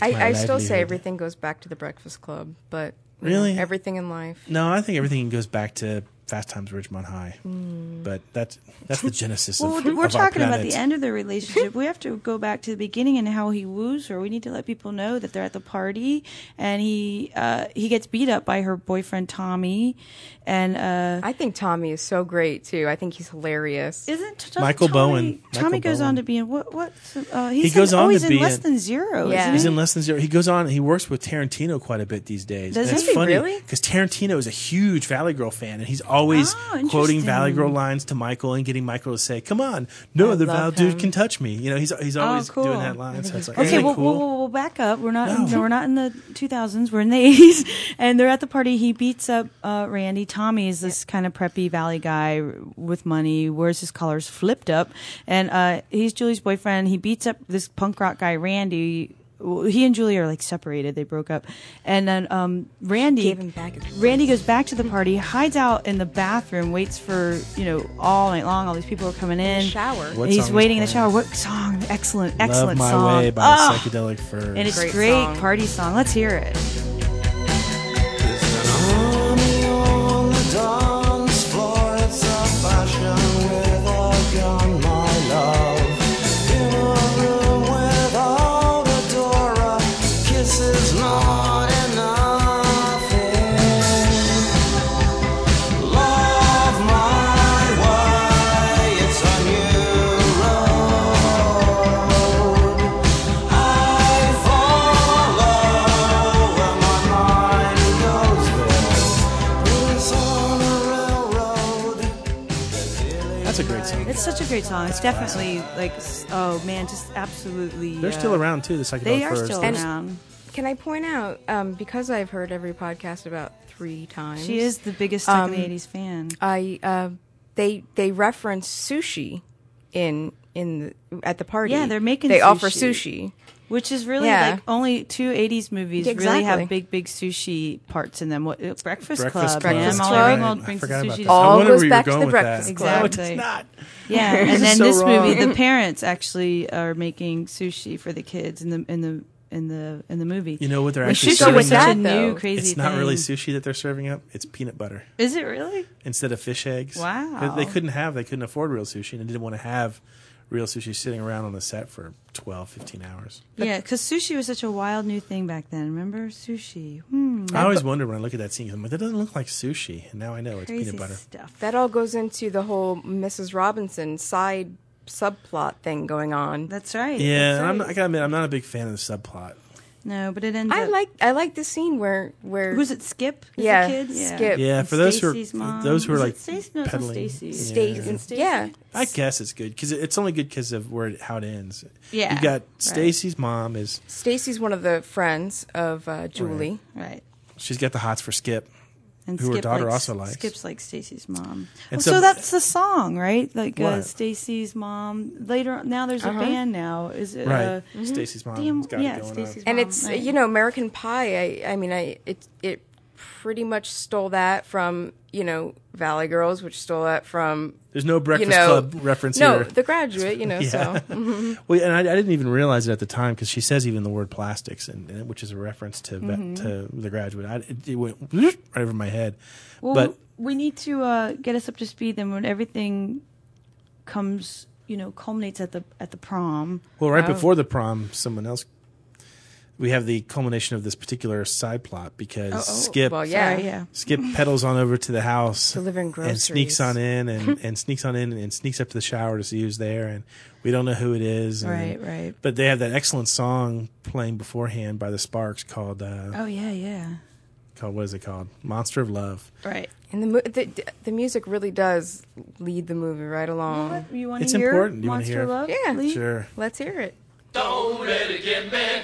Speaker 6: I, I still say
Speaker 5: livelihood.
Speaker 6: everything goes back to the Breakfast Club, but you know,
Speaker 5: Really?
Speaker 6: everything in life.
Speaker 5: No, I think everything goes back to Fast Times at Ridgemont High.
Speaker 6: Mm.
Speaker 5: But that's that's the genesis
Speaker 4: Hmm. Well,
Speaker 5: of
Speaker 4: we're- we're
Speaker 5: of our
Speaker 4: talking about the
Speaker 5: planet.
Speaker 4: end of their relationship. we have to go back to the beginning and how he woos her. We need to let people know that they're at the party and he uh, he gets beat up by her boyfriend Tommy. And uh,
Speaker 6: I think Tommy is so great too. I think he's hilarious.
Speaker 4: Isn't t-
Speaker 5: Michael
Speaker 4: Tommy,
Speaker 5: Bowen.
Speaker 4: Tommy
Speaker 5: Michael
Speaker 4: goes
Speaker 5: Bowen.
Speaker 4: on to be in what? What? Uh, he's
Speaker 5: he goes
Speaker 4: in,
Speaker 5: on
Speaker 4: oh, he's
Speaker 5: to
Speaker 4: in
Speaker 5: be
Speaker 4: less than zero. Isn't
Speaker 5: He's
Speaker 4: he?
Speaker 5: in less than zero. He goes on. He works with Tarantino quite a bit these days.
Speaker 4: Does
Speaker 5: and
Speaker 4: he?
Speaker 5: it's funny
Speaker 4: Really?
Speaker 5: because Tarantino is a huge Valley Girl fan, and he's always
Speaker 4: Oh,
Speaker 5: quoting Valley
Speaker 4: interesting.
Speaker 5: Girl lines to Michael and getting Michael to say, "Come on, no
Speaker 4: I
Speaker 5: other
Speaker 4: love
Speaker 5: Val
Speaker 4: him.
Speaker 5: dude can touch me." You know, he's he's always
Speaker 4: oh, cool.
Speaker 5: doing that line. So it's like
Speaker 4: okay,
Speaker 5: really
Speaker 4: well,
Speaker 5: cool.
Speaker 4: well, well, well, back up. We're not. No. we're not in the 2000s. We're in the 80s, and they're at the party. He beats up uh, Randy. Tommy is this kind of preppy valley guy with money. Wears his collars flipped up, and uh, he's Julie's boyfriend. He beats up this punk rock guy, Randy. Well, He and Julie are like separated. They broke up, and then um, Randy
Speaker 6: Gave him back his-
Speaker 4: Randy goes back to the party, hides out in the bathroom, waits for you know all night long. All these people are coming in.
Speaker 6: shower.
Speaker 4: And
Speaker 5: What song
Speaker 4: he's
Speaker 5: is
Speaker 4: waiting in the
Speaker 5: playing?
Speaker 4: shower. What song? Excellent,
Speaker 5: Love
Speaker 4: excellent
Speaker 5: My
Speaker 4: song.
Speaker 5: Way by
Speaker 4: Ah!
Speaker 5: Psychedelic Furs.
Speaker 4: And it's
Speaker 6: Great
Speaker 4: great,
Speaker 6: song.
Speaker 4: party song. Let's hear it.
Speaker 5: That's a great song.
Speaker 4: It's such a great song. It's definitely like s- oh man, just absolutely.
Speaker 5: They're
Speaker 4: uh,
Speaker 5: still around too. The psychedelic
Speaker 4: They are
Speaker 5: Furs.
Speaker 4: still
Speaker 5: They're-
Speaker 4: around.
Speaker 6: Can I point out um, because I've heard every podcast about three times?
Speaker 4: She is the biggest Stuck in the 80s fan.
Speaker 6: I uh, they they reference sushi in in the, at the party.
Speaker 4: Yeah, they're making.
Speaker 6: they
Speaker 4: sushi,
Speaker 6: offer sushi.
Speaker 4: which is really
Speaker 6: Yeah.
Speaker 4: like only two '80s movies really
Speaker 6: Exactly.
Speaker 4: have big, big sushi parts in them. What uh, Breakfast,
Speaker 5: Breakfast
Speaker 4: Club,
Speaker 5: Club,
Speaker 4: man,
Speaker 5: Breakfast
Speaker 4: Molly Ringwald
Speaker 5: Club. Right. I
Speaker 4: brings the
Speaker 5: forgot about
Speaker 4: sushi.
Speaker 5: this. I All wondered goes where you were back to
Speaker 6: going the with that. Breakfast Club. No, it
Speaker 4: Exactly.
Speaker 6: does not.
Speaker 4: Yeah,
Speaker 6: This
Speaker 4: and
Speaker 6: is
Speaker 4: then
Speaker 6: so
Speaker 4: this movie,
Speaker 6: wrong.
Speaker 4: the parents actually are making sushi for the kids in the in the in the in the movie.
Speaker 5: You know what they're
Speaker 4: Which
Speaker 5: actually
Speaker 4: is
Speaker 5: serving
Speaker 4: such
Speaker 5: up?
Speaker 4: a new crazy.
Speaker 5: It's not
Speaker 4: thing.
Speaker 5: really sushi that they're serving up. It's peanut butter.
Speaker 4: Is it really?
Speaker 5: instead of fish eggs.
Speaker 4: Wow.
Speaker 5: They, they couldn't have, they couldn't afford real sushi and they didn't want to have real sushi sitting around on the set for 12, 15 hours.
Speaker 4: yeah, because sushi was such a wild new thing back then. Remember sushi? Hmm.
Speaker 5: I always wonder when I look at that scene, 'cause I'm like, that doesn't look like sushi. And now I know it's peanut butter.
Speaker 6: That all goes into the whole Mrs. Robinson side subplot thing going on.
Speaker 4: That's right.
Speaker 5: Yeah, and I'm not, I gotta admit, I'm not a big fan of the subplot.
Speaker 4: no, but it ends.
Speaker 6: I
Speaker 4: up-
Speaker 6: like I like the scene where where
Speaker 4: Who's it? Skip? Is it
Speaker 6: yeah,
Speaker 4: kid? Yeah.
Speaker 6: Skip.
Speaker 5: Yeah, for those
Speaker 4: Stacy's
Speaker 5: who are
Speaker 4: mom.
Speaker 5: those who are
Speaker 4: Is it
Speaker 5: like
Speaker 4: Stacy? No, it's not
Speaker 5: peddling,
Speaker 4: Stacy.
Speaker 5: Yeah.
Speaker 6: Stacy. Yeah.
Speaker 5: I guess it's good because it's only good because of where it, how it ends.
Speaker 6: Yeah,
Speaker 5: you got
Speaker 6: right.
Speaker 5: Stacy's mom is
Speaker 6: Stacy's one of the friends of uh, Julie.
Speaker 4: Right.
Speaker 5: she's got the hots for Skip,
Speaker 4: And
Speaker 5: who her
Speaker 4: Skip
Speaker 5: daughter
Speaker 4: likes-
Speaker 5: also likes.
Speaker 4: Skip's like Stacy's mom.
Speaker 5: And
Speaker 4: Oh,
Speaker 5: so-
Speaker 4: so, that's the song, right? Like uh,
Speaker 5: What?
Speaker 4: Stacy's mom. Later, on- now there's a
Speaker 6: Uh-huh.
Speaker 4: band. Now is it
Speaker 5: Right.
Speaker 4: Uh,
Speaker 5: Mhm. Stacy's mom's
Speaker 4: damn-
Speaker 5: got it
Speaker 4: yeah,
Speaker 5: going on.
Speaker 4: Stacy's
Speaker 6: and
Speaker 4: mom,
Speaker 6: it's
Speaker 4: Oh, right.
Speaker 6: you know American Pie. I I mean I it it pretty much stole that from you know Valley Girls, which stole that from.
Speaker 5: There's no Breakfast
Speaker 6: you know,
Speaker 5: Club reference
Speaker 6: no,
Speaker 5: here.
Speaker 6: The Graduate, you know.
Speaker 5: Yeah.
Speaker 6: So mhm.
Speaker 4: Mm-hmm.
Speaker 5: Well, and I, I didn't even realize it at the time because she says even the word plastics, and, and which is a reference to va-
Speaker 4: Mhm.
Speaker 5: to the graduate. I, it, it went right over my head,
Speaker 4: Well,
Speaker 5: but
Speaker 4: we need to uh, get us up to speed. Then when everything comes, you know, culminates at the at the prom.
Speaker 5: Well, right before the prom, someone else. We have the culmination of this particular side plot because
Speaker 4: Oh, oh,
Speaker 5: Skip,
Speaker 4: well, yeah. Sorry, yeah.
Speaker 5: Skip pedals on over to the house,
Speaker 6: delivering
Speaker 5: and sneaks
Speaker 6: groceries.
Speaker 5: on in and, and sneaks on in and sneaks up to the shower to see who's there, and we don't know who it is. and-
Speaker 4: Right, right.
Speaker 5: But they have that excellent song playing beforehand by the Sparks called uh,
Speaker 4: Oh yeah, yeah.
Speaker 5: called what is it called? Monster of Love.
Speaker 4: Right.
Speaker 6: And the, mu- the the music really does lead the movie right along.
Speaker 4: You
Speaker 5: wanna It's hear important. You wanna Monster hear it? Love?
Speaker 6: Yeah.
Speaker 5: Lee? Sure.
Speaker 6: Let's hear it.
Speaker 11: Don't let it get me.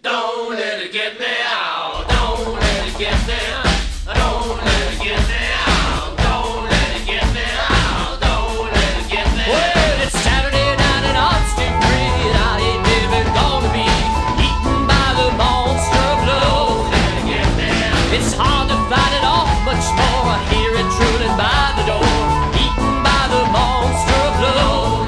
Speaker 11: Don't let it get me out. Don't let it get me out. Don't let it get me out. Don't let it get me out. Don't let it get me out. Well, it's Saturday night and I'm still great. I ain't even gonna be eaten by the monster of love. It's hard to fight it off much more. I hear it drooling by the door. Eaten by the monster of love.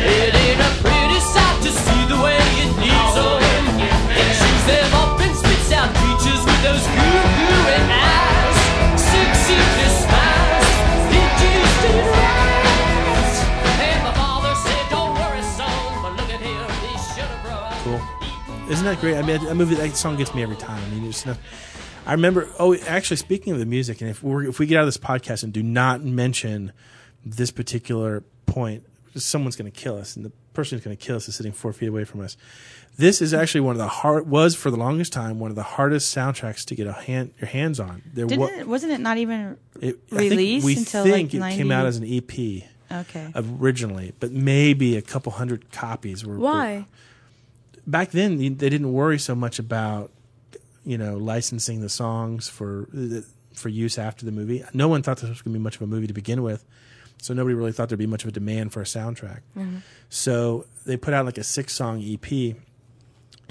Speaker 11: It ain't a pretty sight to see the way it needs them. It chews them up and spits out creatures with those goo gooing eyes. Six sickness smiles. It just ain't right. And my father said, Don't worry, son, but look at here, he should have brought.
Speaker 5: Cool. Isn't that great? I mean, that movie, that song gets me every time. I mean, there's no, I remember. Oh, actually, speaking of the music, and if we are if we get out of this podcast and do not mention this particular point, someone's going to kill us, and the person who's going to kill us is sitting four feet away from us. This is actually one of the hard was for the longest time one of the hardest soundtracks to get a hand your hands on. There
Speaker 4: Didn't
Speaker 5: wa-
Speaker 4: it, wasn't it not even
Speaker 5: it- I think
Speaker 4: released
Speaker 5: we
Speaker 4: until
Speaker 5: think
Speaker 4: like
Speaker 5: it
Speaker 4: 90?
Speaker 5: came out as an EP
Speaker 4: Okay.
Speaker 5: originally, but maybe a couple hundred copies were were-
Speaker 6: Why?
Speaker 5: back then they they didn't worry so much about you know licensing the songs for for use after the movie. No one thought this was going to be much of a movie to begin with, so nobody really thought there'd be much of a demand for a soundtrack.
Speaker 11: Mhm.
Speaker 5: So they put out like a six song EP,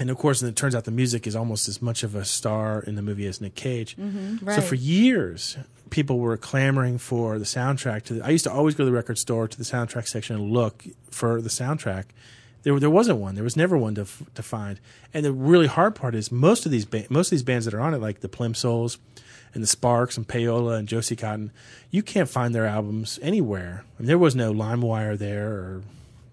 Speaker 5: and of course, and it turns out the music is almost as much of a star in the movie as Nick Cage.
Speaker 11: Mhm.
Speaker 5: So
Speaker 11: Right.
Speaker 5: for years, people were clamoring for the soundtrack. To the, I used to always go to the record store to the soundtrack section and look for the soundtrack. There, there wasn't one. There was never one to f- to find. And the really hard part is most of these ba- most of these bands that are on it, like the Plimsolls and the Sparks and Payola and Josie Cotton, you can't find their albums anywhere. And there was no LimeWire there or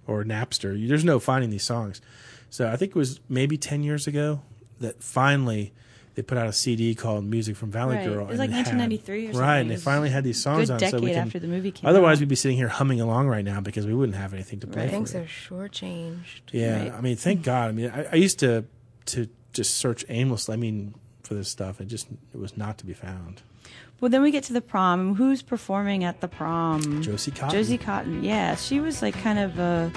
Speaker 5: or Napster. You- There's no finding these songs. So I think it was maybe ten years ago that finally they put out a CD called "Music from Valley
Speaker 4: Right.
Speaker 5: Girl."
Speaker 4: It was
Speaker 5: and
Speaker 4: like
Speaker 5: had-
Speaker 4: 1993 or something.
Speaker 5: Right,
Speaker 4: It
Speaker 5: and they
Speaker 4: was
Speaker 5: finally had these songs
Speaker 4: good
Speaker 5: on, so we
Speaker 4: decade
Speaker 5: can.
Speaker 4: after the movie came
Speaker 5: otherwise,
Speaker 4: out.
Speaker 5: we'd be sitting here humming along right now because we wouldn't have anything to play.
Speaker 6: I
Speaker 5: for
Speaker 6: think
Speaker 5: you.
Speaker 6: so. Shortchanged.
Speaker 5: Yeah,
Speaker 6: Right.
Speaker 5: I mean,
Speaker 4: Mm-hmm.
Speaker 5: thank God. I mean, I, I used to to just search aimlessly. I mean, for this stuff, it just it was not to be found.
Speaker 4: Well, then we get to the prom. Who's performing at the prom?
Speaker 5: Josie Cotton.
Speaker 4: Josie Cotton. Yeah, she was like kind of a.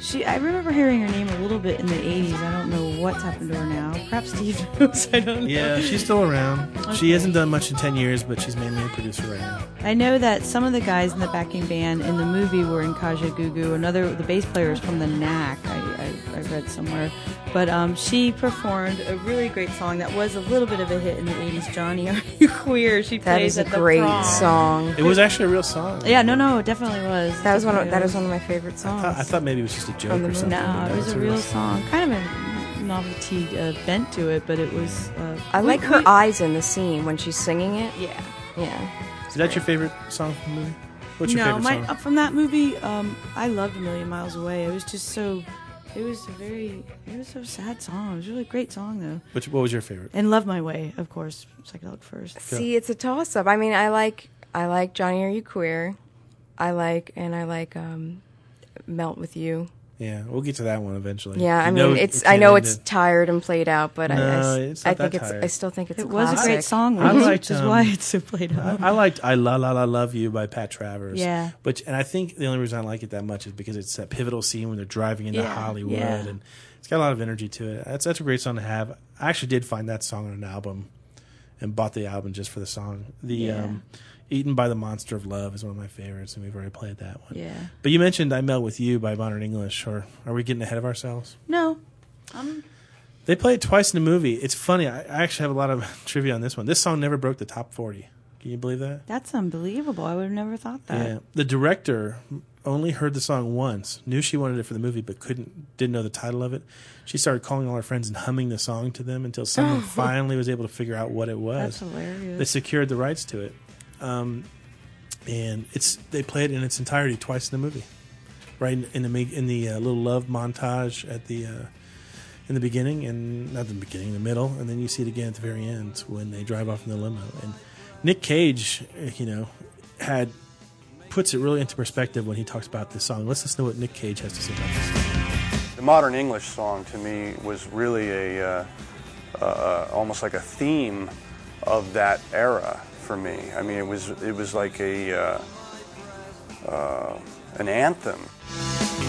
Speaker 4: She. I remember hearing her name a little bit in the '80s. I don't know what's happened to her now. Perhaps Steve knows. I don't know.
Speaker 5: Yeah, she's still around.
Speaker 4: Okay.
Speaker 5: She hasn't done much in ten years, but she's mainly a producer right now.
Speaker 4: I know that some of the guys in the backing band in the movie were in Kaja Gugu. Another, the bass player is from the Knack. I, I, I read somewhere, but um, she performed a really great song that was a little bit of a hit in the '80s. Johnny, are you queer? She
Speaker 6: That
Speaker 4: plays
Speaker 6: is a
Speaker 4: at the
Speaker 6: great
Speaker 4: prom.
Speaker 6: song.
Speaker 5: It was actually a real song.
Speaker 4: Yeah, no, no, it definitely was.
Speaker 6: That was one. Of,
Speaker 4: Definitely
Speaker 6: that
Speaker 4: was.
Speaker 6: is one of my favorite songs.
Speaker 5: I thought maybe it was just a joke
Speaker 6: the
Speaker 5: or
Speaker 6: movie.
Speaker 5: something.
Speaker 4: No,
Speaker 5: but
Speaker 4: it was
Speaker 5: it's
Speaker 4: a real song. Kind of a novelty uh, bent to it, but it was. Uh,
Speaker 6: I
Speaker 4: we-
Speaker 6: like her
Speaker 4: we-
Speaker 6: eyes in the scene when she's singing it.
Speaker 4: Yeah.
Speaker 6: Yeah.
Speaker 5: Is that your favorite song from the movie? What's your
Speaker 4: no,
Speaker 5: favorite
Speaker 4: my, uh,
Speaker 5: song?
Speaker 4: From that movie, um, I loved A Million Miles Away. It was just so. It was a very. It was a sad song. It was a really great song though.
Speaker 5: Which, what was your favorite?
Speaker 4: And Love My Way, of course, psychedelic first.
Speaker 6: See, it's a toss up. I mean, I like I like Johnny Are You Queer. I like and I like um, Melt with You.
Speaker 5: Yeah, we'll get to that one eventually.
Speaker 6: Yeah, I
Speaker 5: You know
Speaker 6: mean,
Speaker 5: it-
Speaker 6: it's
Speaker 5: it
Speaker 6: I
Speaker 5: can't
Speaker 6: know
Speaker 5: end
Speaker 6: it's
Speaker 5: in-
Speaker 6: tired and played out, but I, I s-
Speaker 5: No, it's not
Speaker 6: I think
Speaker 5: that
Speaker 6: it's I
Speaker 5: tired.
Speaker 6: still think it's
Speaker 4: It
Speaker 6: a
Speaker 4: was a great
Speaker 6: classic.
Speaker 4: song,
Speaker 5: I liked,
Speaker 4: which is
Speaker 5: um,
Speaker 4: why it's so played out.
Speaker 5: I, I liked "I La La La Love You" by Pat Travers.
Speaker 4: Yeah.
Speaker 5: which and I think the only reason I like it that much is because it's that pivotal scene when they're driving into
Speaker 4: Yeah,
Speaker 5: Hollywood,
Speaker 4: yeah.
Speaker 5: and it's got a lot of energy to it. That's that's a great song to have. I actually did find that song on an album, and bought the album just for the song. The
Speaker 4: Yeah.
Speaker 5: um, "Eaten by the Monster of Love" is one of my favorites, and we've already played that one.
Speaker 4: Yeah.
Speaker 5: But you mentioned "I Melt with You" by Modern English, or are we getting ahead of ourselves?
Speaker 4: No, I'm
Speaker 5: They play it twice in the movie. It's funny. I, I actually have a lot of trivia on this one. This song never broke the top forty. Can you believe that?
Speaker 4: That's unbelievable. I would have never thought that.
Speaker 5: Yeah. The director only heard the song once, knew she wanted it for the movie, but couldn't didn't know the title of it. She started calling all her friends and humming the song to them until someone finally was able to figure out what it was.
Speaker 4: That's hilarious.
Speaker 5: They secured the rights to it, um, and it's they play it in its entirety twice in the movie, right in, in the ma- in the uh, little love montage at the. Uh, in the beginning and not the beginning, the middle, and then you see it again at the very end when they drive off in the limo. And Nick Cage, uh, you know, had puts it really into perspective when he talks about this song. Let's listen to what Nick Cage has to say about this.
Speaker 13: The modern English song to me was really a uh, uh, almost like a theme of that era for me. I mean, it was it was like a uh, uh, an anthem.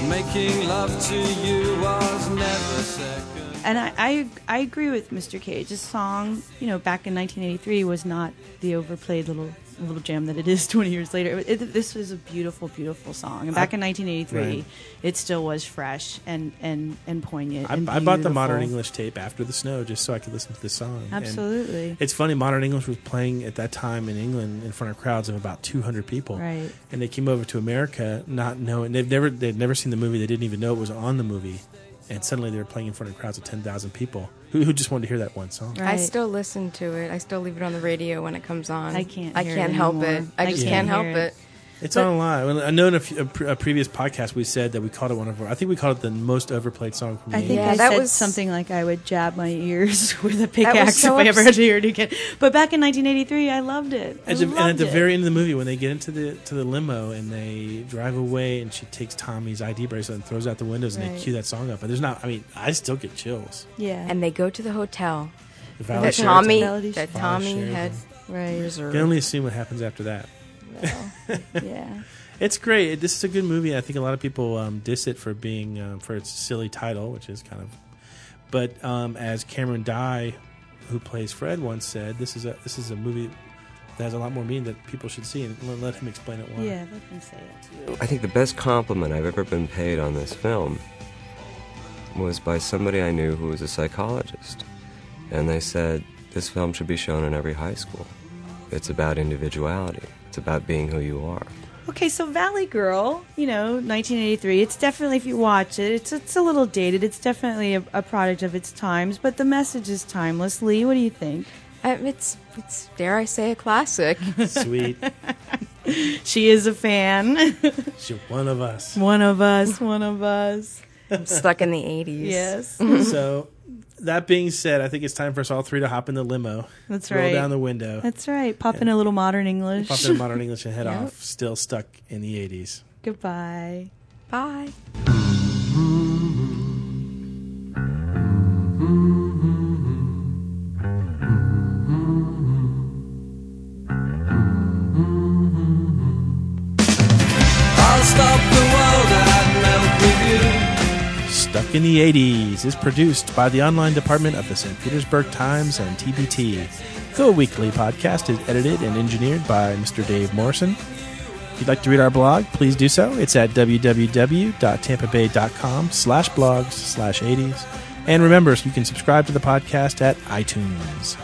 Speaker 11: Making love to you was never second.
Speaker 4: And I, I I agree with Mr. Cage. This song, you know, back in 1983 was not the overplayed little little jam that it is 20 years later. It, it- this was a beautiful, beautiful song. And back in 1983,
Speaker 5: Right.
Speaker 4: it still was fresh and and and poignant.
Speaker 5: I,
Speaker 4: and
Speaker 5: I bought the modern
Speaker 4: beautiful.
Speaker 5: English tape after the snow just so I could listen to this song. And
Speaker 4: Absolutely.
Speaker 5: it's funny, modern English was playing at that time in England in front of crowds of about 200 people.
Speaker 4: Right.
Speaker 5: And they came over to America not knowing they've never they'd never seen the movie. They didn't even know it was on the movie. And suddenly they were playing in front of crowds of 10,000 people who, who just wanted to hear that one song.
Speaker 6: I still listen to it. I still leave it on the radio when it comes on.
Speaker 4: I can't
Speaker 6: I
Speaker 4: hear it
Speaker 6: can't help it.
Speaker 4: anymore.
Speaker 6: I,
Speaker 4: I
Speaker 6: just
Speaker 5: can't
Speaker 6: can't, help
Speaker 4: hear it.
Speaker 6: it.
Speaker 5: It's on a lot. Well, I know in a, few, a, pre- a previous podcast we said that we called it one of our. I think we called it the most overplayed song from the
Speaker 4: I think
Speaker 5: 80s.
Speaker 4: I
Speaker 6: that
Speaker 4: said
Speaker 6: was-
Speaker 4: something like I would jab my ears with a
Speaker 6: was
Speaker 4: pickaxe
Speaker 6: so
Speaker 4: if I ever
Speaker 6: obs-
Speaker 4: had to hear it again. But back in 1983, I loved it. I
Speaker 5: At the, and at
Speaker 4: loved
Speaker 5: the
Speaker 4: it.
Speaker 5: very end of the movie, when they get into the to the limo and they drive away, and she takes Tommy's ID bracelet and throws out the windows, and
Speaker 6: Right.
Speaker 5: they cue that song up. And there's not. I mean, I still get chills.
Speaker 4: Yeah.
Speaker 6: And they go to the hotel.
Speaker 5: The Valley
Speaker 6: That
Speaker 5: Sheraton.
Speaker 6: Tommy,
Speaker 5: Valley
Speaker 6: that
Speaker 5: Sheraton.
Speaker 6: Tommy had
Speaker 4: Right.
Speaker 5: You
Speaker 6: reserved.
Speaker 5: can only assume what happens after that.
Speaker 4: yeah.
Speaker 5: It's great. This is a good movie. I think a lot of people um, diss it for being um, for its silly title, which is kind of. But um, as Cameron Dye, who plays Fred, once said, "This is a this is a movie that has a lot more meaning that people should see." And let- let him explain it why.
Speaker 4: Yeah, let me say it.
Speaker 14: I think the best compliment I've ever been paid on this film was by somebody I knew who was a psychologist. And they said, This film should be shown in every high school. It's about individuality, it's about being who you are.
Speaker 4: Okay, so Valley Girl, you know, 1983. It's definitely, if you watch it, it's it's a little dated. It's definitely a, a product of its times, but the message is timeless. Lee, what do you think?
Speaker 6: Um, it's it's dare I say a classic.
Speaker 5: Sweet.
Speaker 4: She is a fan.
Speaker 5: She's one of us.
Speaker 4: one of us. One of us.
Speaker 6: I'm stuck in the 80s.
Speaker 4: Yes.
Speaker 5: so, that being said, I think it's time for us all three to hop in the limo.
Speaker 4: That's
Speaker 5: roll
Speaker 4: right.
Speaker 5: down the window.
Speaker 4: That's right. Pop in a little modern English.
Speaker 5: Pop in modern English and head
Speaker 4: Yep.
Speaker 5: off. Still stuck in the eighties.
Speaker 4: Goodbye.
Speaker 6: Bye.
Speaker 11: I'll stop the world, I'd melt with you.
Speaker 5: Stuck in the 80s is produced by the online department of the St. Petersburg Times and TBT. Go Weekly podcast is edited and engineered by Mr. Dave Morrison. If you'd like to read our blog, please do so. It's at www.tampabay.com slash blogs slash 80s. And remember, you can subscribe to the podcast at iTunes.